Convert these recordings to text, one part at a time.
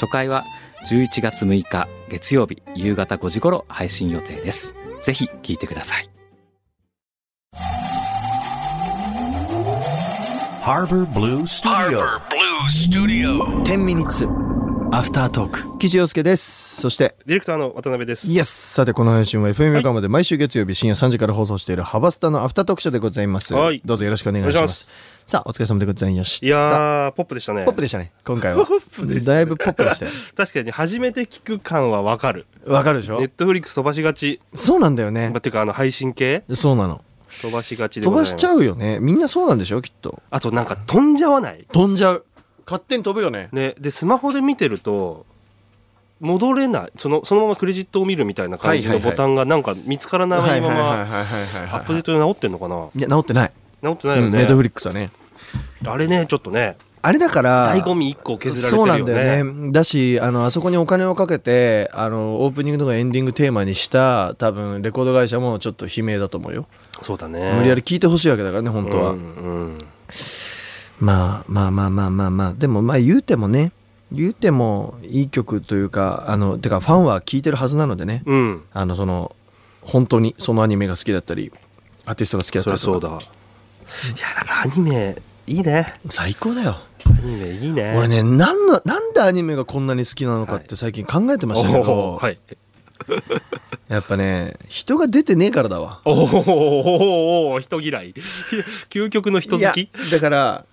初回は11月6日月曜日夕方5時頃配信予定ですぜひ聞いてください Harbor Blue Studio. 10ミニッツアフタートーク岸洋介ですそしてディレクターの渡辺です。イエスさてこの配信は FM 横浜で毎週月曜日深夜3時から放送しているハバスタのアフタートーク社でございます、はいどうぞよろしくお願いしおま願すいしさあお疲れ様でございましたいやー、ポップでしたね。ポップでしたね今回はップでしたねだいぶポップでしたよ確かに初めて聞く感はわかる。わかるでしネょットフリックス飛ばしがち。そうなんだよねまあ、てか、あの、配信系そうなの飛ばしがちで飛ございばます。しちゃう。うよねみんなそうなんでしょきっとあと、なんか飛んじゃわない。飛んじゃう勝手に飛ぶよねね。で、スマホで見てると、戻れない。その、そのままクレジットを見るみたいな感じはのいはいはボいタンがなんか見つからないまま、はいはいはいアッはプデーいトで直ってんのかなはいや治ってない直ってないようんネットフね。リックスはねあれね、ちょっとね、あれだから醍醐味1個削られてそうるなよね。んだよねだしあのあそこにお金をかけてあのオープニングとかエンディングテーマにした多分レコード会社もちょっと悲鳴だと思うよ、そうだね。無理やり聞いてほしいわけだからね本当は、うんうんまあまあまあまあまあまあでもまあ言うてもね言うてもいい曲というかあのてかファンは聴いてるはずなのでね、うん。あのその本当にそのアニメが好きだったりアーティストが好きだっそたりりとゃそうかだいやだからアニメいいね最高だよ、アニメいいね俺ねなんのなんでアニメがこんなに好きなのかって最近考えてましたけど、おーはいやっぱね人が出てねえからだわおーおーおーおー人嫌い 究極の人いや好きだから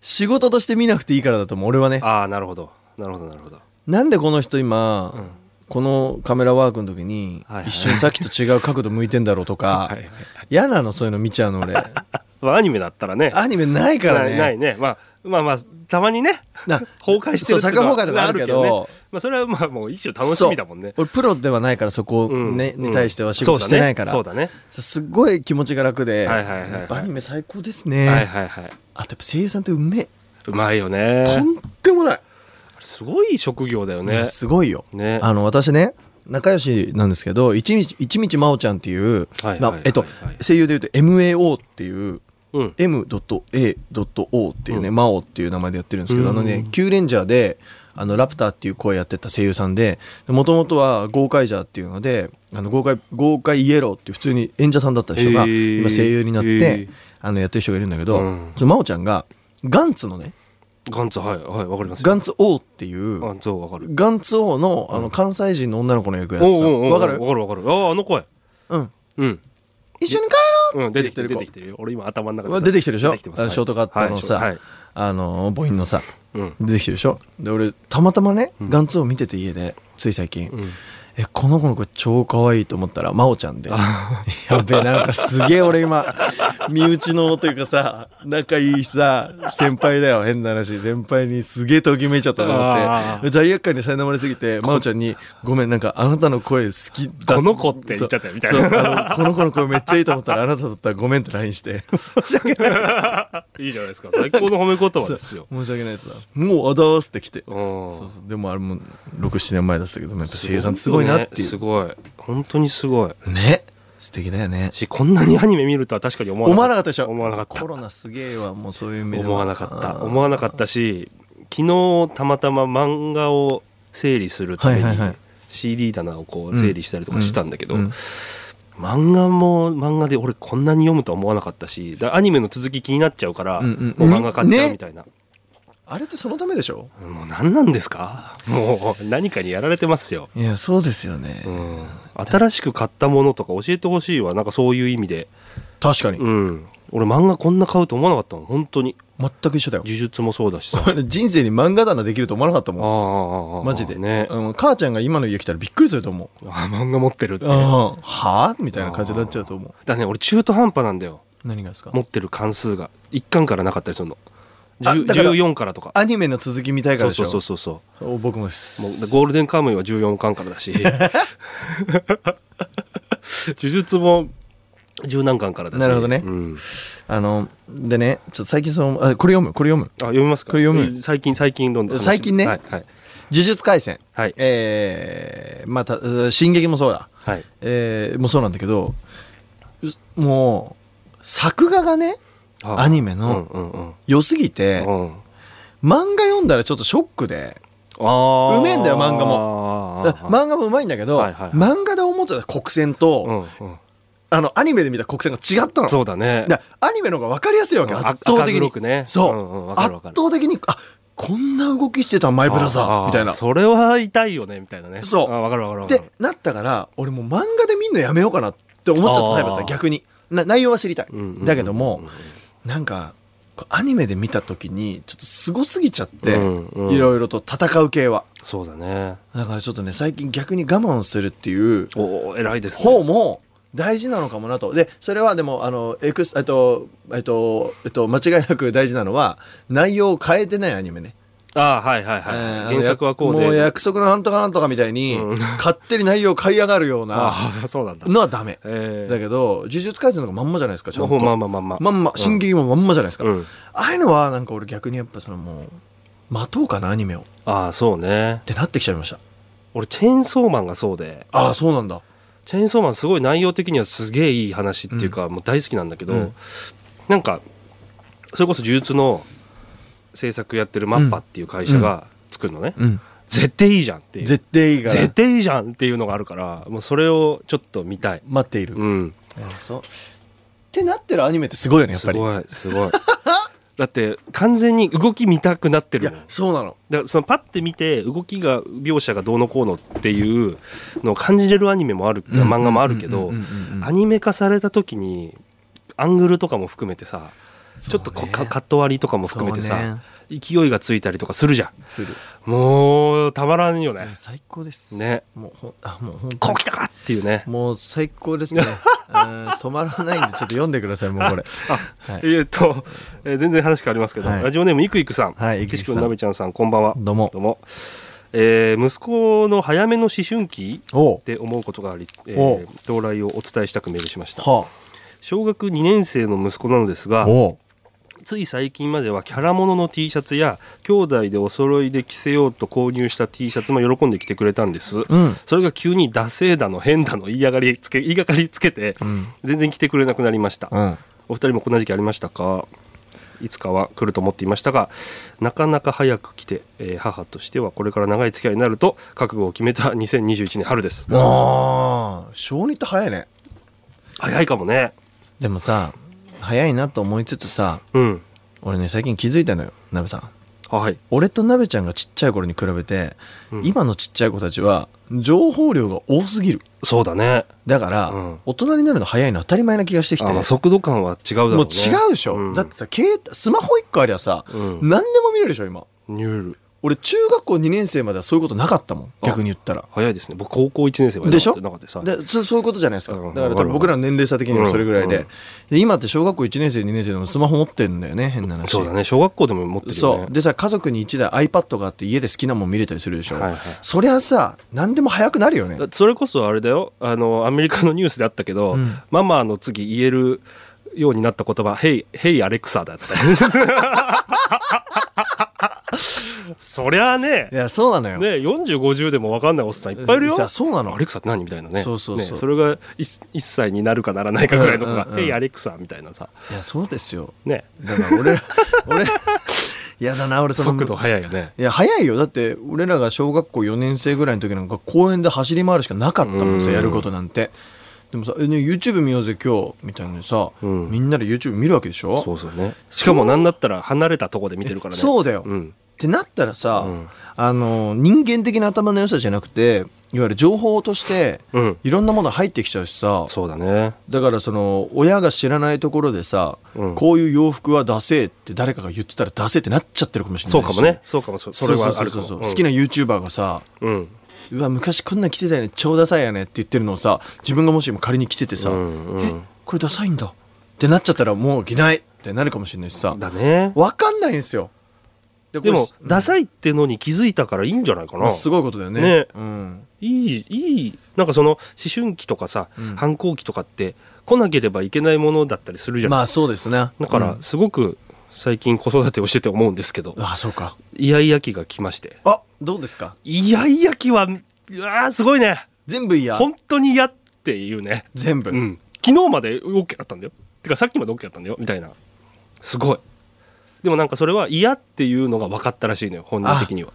仕事として見なくていいからだと思う俺はねああなるほどなるほどなるほどなんでこの人今、んこのカメラワークの時に、はいはい一瞬さっきと違う角度向いてんだろうとか、 はいはい嫌なのそういうの見ちゃうの俺まあアニメだったらねアニメないからねないないねまあまあまあたまにねな崩壊してるそうっていうの逆は崩壊とかあるけどねまあそれはまあもう一種楽しみだもんね俺プロではないからそこ、うんねうんに対しては仕事してないから、そうだねすっごい気持ちが楽で、はいはいはいはいやっぱアニメ最高ですそうね、だねはいはいはいあとやっぱ声優さんってうめえうまいよねとんでもない、すごい職業だよねすごいよねあの私ね仲良しなんですけど一日一日真央ちゃんっていう、はいはいまあはいはいえっと、声優で言うと MAO っていううん M.A.O っていうね、う真央っていう名前でやってるんですけど、うんあのね「キューレンジャーで」あのラプターっていう声やってた声優さんでもともとは「ゴーカイジャー」っていうので「あのゴーカイゴーカイイエロー」っていう普通に演者さんだった人がへー今声優になって、へーあのやってる人がいるんだけど、うんその真央ちゃんがガンツのねガンツはいはいわかりますよガンツ O っていうガンツはわかるガンツ王のあの関西人の女の子の役やっおうてた。おうおうわかるわかるわかる。ああ、あの声。うん。うん。一緒に帰うん、出てきてる、出て出きてきてるよ。俺今頭の中ろうで。出てきてるでしょ出てきてますあのショートカットのさ、はいはいあの、母音のさ、うん。出てきてるでしょで、俺、たまたまね、んガンツを見てて家で、つい最近、うんえ、この子の子超可愛いと思ったら、真央ちゃんで。やべえ、なんかすげえ俺今、身内のというかさ、仲いいさ、先輩だよ、変な話。先輩にすげえときめいちゃったと思あって、罪悪感に苛まれすぎて、真央ちゃんに、ごめん、なんかあなたの声好きだこの子って言っちゃったよみたいなそうそうあのこの子の声めっちゃいいと思ったら、あなただったらごめんって LINE して。申し訳ない。いいじゃないですか。最高の褒め言葉ですよ。申し訳ないですな。もう、あだーすって来て。うんそうそう。でもあれも6、7年前だったけども、やっぱ声優さんってすごいなっていすう。ごい。本当にすごい。ね。素敵だよね。し、こんなにアニメ見るとは確かに思わ思わななかかったでっしょた。思わなかったコ。ロナすげえわもうそういう目で思わなかった。思わなかったし、昨日たまたま漫画を整理するためはいはいはにい CD 棚をこう整理したりとかしたんだけど、うん漫画も漫画で俺こんなに読むとは思わなかったしだアニメの続き気になっちゃうから、うんうんもう漫画買っちゃうみたいな、あれってそのためでしょもう何なんですかもう何かにやられてますよ、いやそうですよね、うん、新しく買ったものとか教えてほしいわなんかそういう意味で確かに、うん俺漫画こんな買うと思わなかったもん本当に全く一緒だよ呪術もそうだしさあ俺人生に漫画棚できると思わなかったあもんああマジで、ね、うん、母ちゃんが今の家来たらびっくりすると思うあ漫画持ってるってだあはあみたいな感じになっちゃうと思ね俺中途半端なんだよう何がですか持ってる関数が一巻からなかったりするのあ10だから14からとかアニメの続き見たいかそらうでしょそうそうそうそお僕もでうすもうゴールデンカムイは14巻からだ し呪術も十何巻からだしなるほどねうん、あのでねちょっと最近そのあこれ読むこれ読むあ読みますかこれ読む最近最近どんどん最近ねはいはい「呪術廻戦」はいえー、また「進撃」もそうだはいえーもうそうなんだけどうもう作画がねあアニメうんのうんうん良すぎて、うん漫画読んだらちょっとショックでああうめえんだよ漫画もだ漫画もうまいんだけど、はいはいはい漫画で思ってた国戦と、うんうんあのアニメで見た国戦が違ったのそうだねだからアニメの方が分かりやすいわけうん圧倒的赤黒に、くねそう、うんうんわか圧るわかる倒的にあこんな動きしてたマイブラザあーみたいなそれは痛いよねみたいなねそうあわかるわかるわっかてるなったから俺もう漫画で見んのやめようかなって思っちゃったタイプだったあー逆にな内容は知りたい、うんうんうんだけどもなんかこうアニメで見た時にちょっとすごすぎちゃって、うんうんいろいろと戦う系はそうだねだからちょっとね最近逆に我慢するっていうおお偉いですね方も大事なのかもなとでそれはでもあのエクスえっとえっとえっと間違いなく大事なのは内容を変えてないアニメね、ああはいはいはいえーあの原作はこうもうで約束のなんとかなんとかみたいに、うん勝手に内容を買い上がるようなああそうなんだのはダメえだけど呪術改戦のがまんまじゃないですかちゃんと、もうまあまあまあまあまんま進撃もまんまじゃないですか、うんああいうのはなんか俺逆にやっぱそのもう待とうかなアニメをっああそうねてなってきちゃいました俺チェーンソーマンがそうでああそうなんだチェーンソーマンすごい内容的にはすげえいい話っていうか、もう大好きなんだけど、うんなんかそれこそ呪術の制作やってるマッパっていう会社が作るのね、うん絶対いいじゃんっていう絶対いいから絶対いいじゃんっていうのがあるからもうそれをちょっと見たい待っている、うんああそうってなってるアニメってすごいよねやっすぱりごいすごい だって完全に動き見たくなっているもんやそうなのだからそのパッて見て動きが描写がどうのこうのっていうのを感じれるアニメもある漫画もあるけどうんうんうんうんアニメ化された時にアングルとかも含めてさちょっとこうかカット割りとかも含めてそうさね勢いがついたりとかするじゃするんもうたまらんよもうね最高ですねもうほんあもう本当こにう来たかっていうねもう最高 ですねうん止まらないんでちょっと読んでくださいもうこれはいえーっと、えー全然話変わりますけど、はいラジオネームいくいくさん、はいいくいくさん岸君なべちゃんさんこんばんはどうもどうも、えー息子の早めの思春期おうって思うことがあり、えーおう到来をお伝えしたくメールしましたは小学2年生の息子なのですあがおうつい最近まではキャラものの T シャツや兄弟でお揃いで着せようと購入した T シャツも喜んで着てくれたんです、うんそれが急に惰性だの変だの言いやがりつけ 言いがかりつけてうん全然着てくれなくなりました、うんお二人もこんな時期ありましたかいつかは来ると思っていましたがなかなか早く来て、えー母としてはこれから長い付き合いになると覚悟を決めた2021年春ですああ小二って早いね早いかもねでもさ早いなと思いつつさうん俺ね最近気づいたのよなべさんあはい俺となべちゃんがちっちゃい頃に比べて、うん今のちっちゃい子たちは情報量が多すぎるそうだねだから、うん大人になるの早いの当たり前な気がしてきて、あまあ速度感は違うだろうねもう違うでしょ、うんだってさ携帯スマホ1個ありゃさ、うん何でも見れるでしょ今ニュール俺中学校2年生まではそういうことなかったもんあ逆に言ったら早いですね僕高校1年生までしょなかったさでそそういうことじゃないですかうんだからわか多る分僕らの年齢差的にもそれぐらいで,、うんうんで今って小学校1年生2年生でもスマホ持ってんだよね変な話そうだね小学校でも持ってるよそねうでさ家族に1台 iPad があって家で好きなもん見れたりするでしょ、はいはいそりゃさ何でも早くなるよねだそれこそあれだよあのアメリカのニュースであったけど、うんママの次言えるようになった言葉「ヘイヘイアレクサ」だったそりゃあねいやそうなのよ、ね4050でも分かんないおっさんいっぱいいるよさそうなアのレクサって何みたいなねそうそうそうねそれが 1, 歳になるかならないかぐらいの子がうん「うんうんヘイアレクサ」みたいなさいやそうですよねだから俺ら俺 らいやだな俺その速度速いよねいや早いよだって俺らが小学校4年生ぐらいの時なんか公園で走り回るしかなかったもんさうんやることなんてでもさ「えね YouTube 見ようぜ今日」みたいなさ、うんみんなで YouTube 見るわけでしょそうそうねしかもなんだったら離れたとこで見てるからねそうだよ、うんってなったらさ、うんあの人間的な頭の良さじゃなくていわゆる情報としてうんいろんなもの入ってきちゃうしさそうだねだからその親が知らないところでさ、うんこういう洋服はダセーって誰かが言ってたらダセーってなっちゃってるかもしれなそいうしかもねそうかもそそそうれそうはあそうるかそうもそううん好きな YouTuber がさうん「うわ昔こんなん着てたよね」って言ってるのをさ自分がもし今仮に着ててさ「うんうんえこれダサいんだ」ってなっちゃったらもう着ないっってなるかもしれないしさだね分かんないんですよででも、ダいサいってのに気づいたからいいんじゃないかな、すごいことだよねねうん、いいいいなんかその思春期とかさ、うん反抗期とかって来なければいけないものだったりするじゃん、まあそうですねだかうらんすごく最近子育てをしてて思うんですけど、あそうかイヤイヤ期が来ましてあどうですかイヤイヤ期はうわーすごいね全部いや本当に嫌っていうね、全部、うん、昨日まで OK だったんだよてかさっきまで OK だったんだよみたいなすごいでもなんかそれは嫌っていうのが分かったらしいのよ本人的には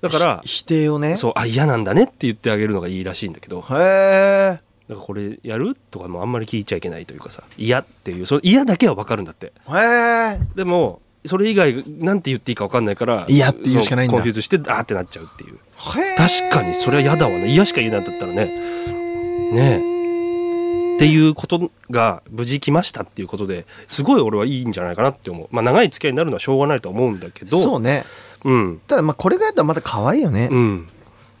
だからひ否定をねそうあ嫌なんだねって言ってあげるのがいいらしいんだけどへえだからこれやるとかもあんまり聞いちゃいけないというかさ嫌っていうその嫌だけは分かるんだってへえでもそれ以外なんて言っていいか分かんないから嫌って言うしかないんだそコンフューズしてダーってなっちゃうっていうへえ確かにそれは嫌だわね嫌しか言えないんだったらねねえっていうことが無事来ましたっていうことですごい俺はいいんじゃないかなって思うまあ長い付き合いになるのはしょうがないと思うんだけどそうねうんただまあこれがやったらまた可愛いよね、うん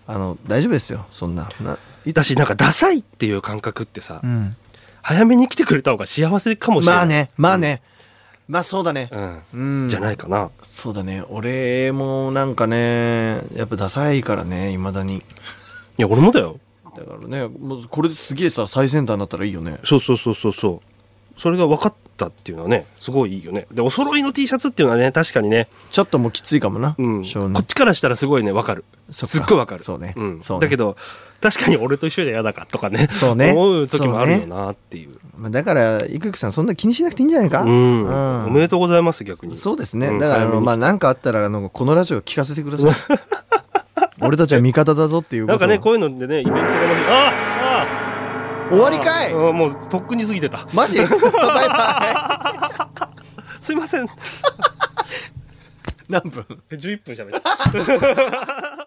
あの大丈夫ですよそんなないだしなんかダサいっていう感覚ってさ、うん、早めに来てくれた方が幸せかもしれないまあねまあね、まあそうだねうん、うんじゃないかなそうだね俺もなんかねやっぱダサいからねいまだにいや俺もだよだからねもうこれですげえさ最先端になったらいいよねそうそうそうそうそうそれが分かったっていうのはねすごいいいよねでお揃いの T シャツっていうのはね確かにね、ちょっともうきついかもな、うん、少こ年っちからしたらすごいね分かるそっかすっごい分かるそうねんそうねだけど確かに俺と一緒で嫌だかとかねそうね思う時もあるよなっていうまあだからいくくさんそんな気にしなくていいんじゃないかうんうんおめでとうございます逆にそうですね、うんだからあ早めのにまあ何かあったらあのこのラジオ聞かせてくだ さい俺たちは味方だぞっていうこなとんかねこういうのでねイベントがまずあああ終わりかいあもうとっくに過ぎてたマジ バイバす いませんイ何分11分喋った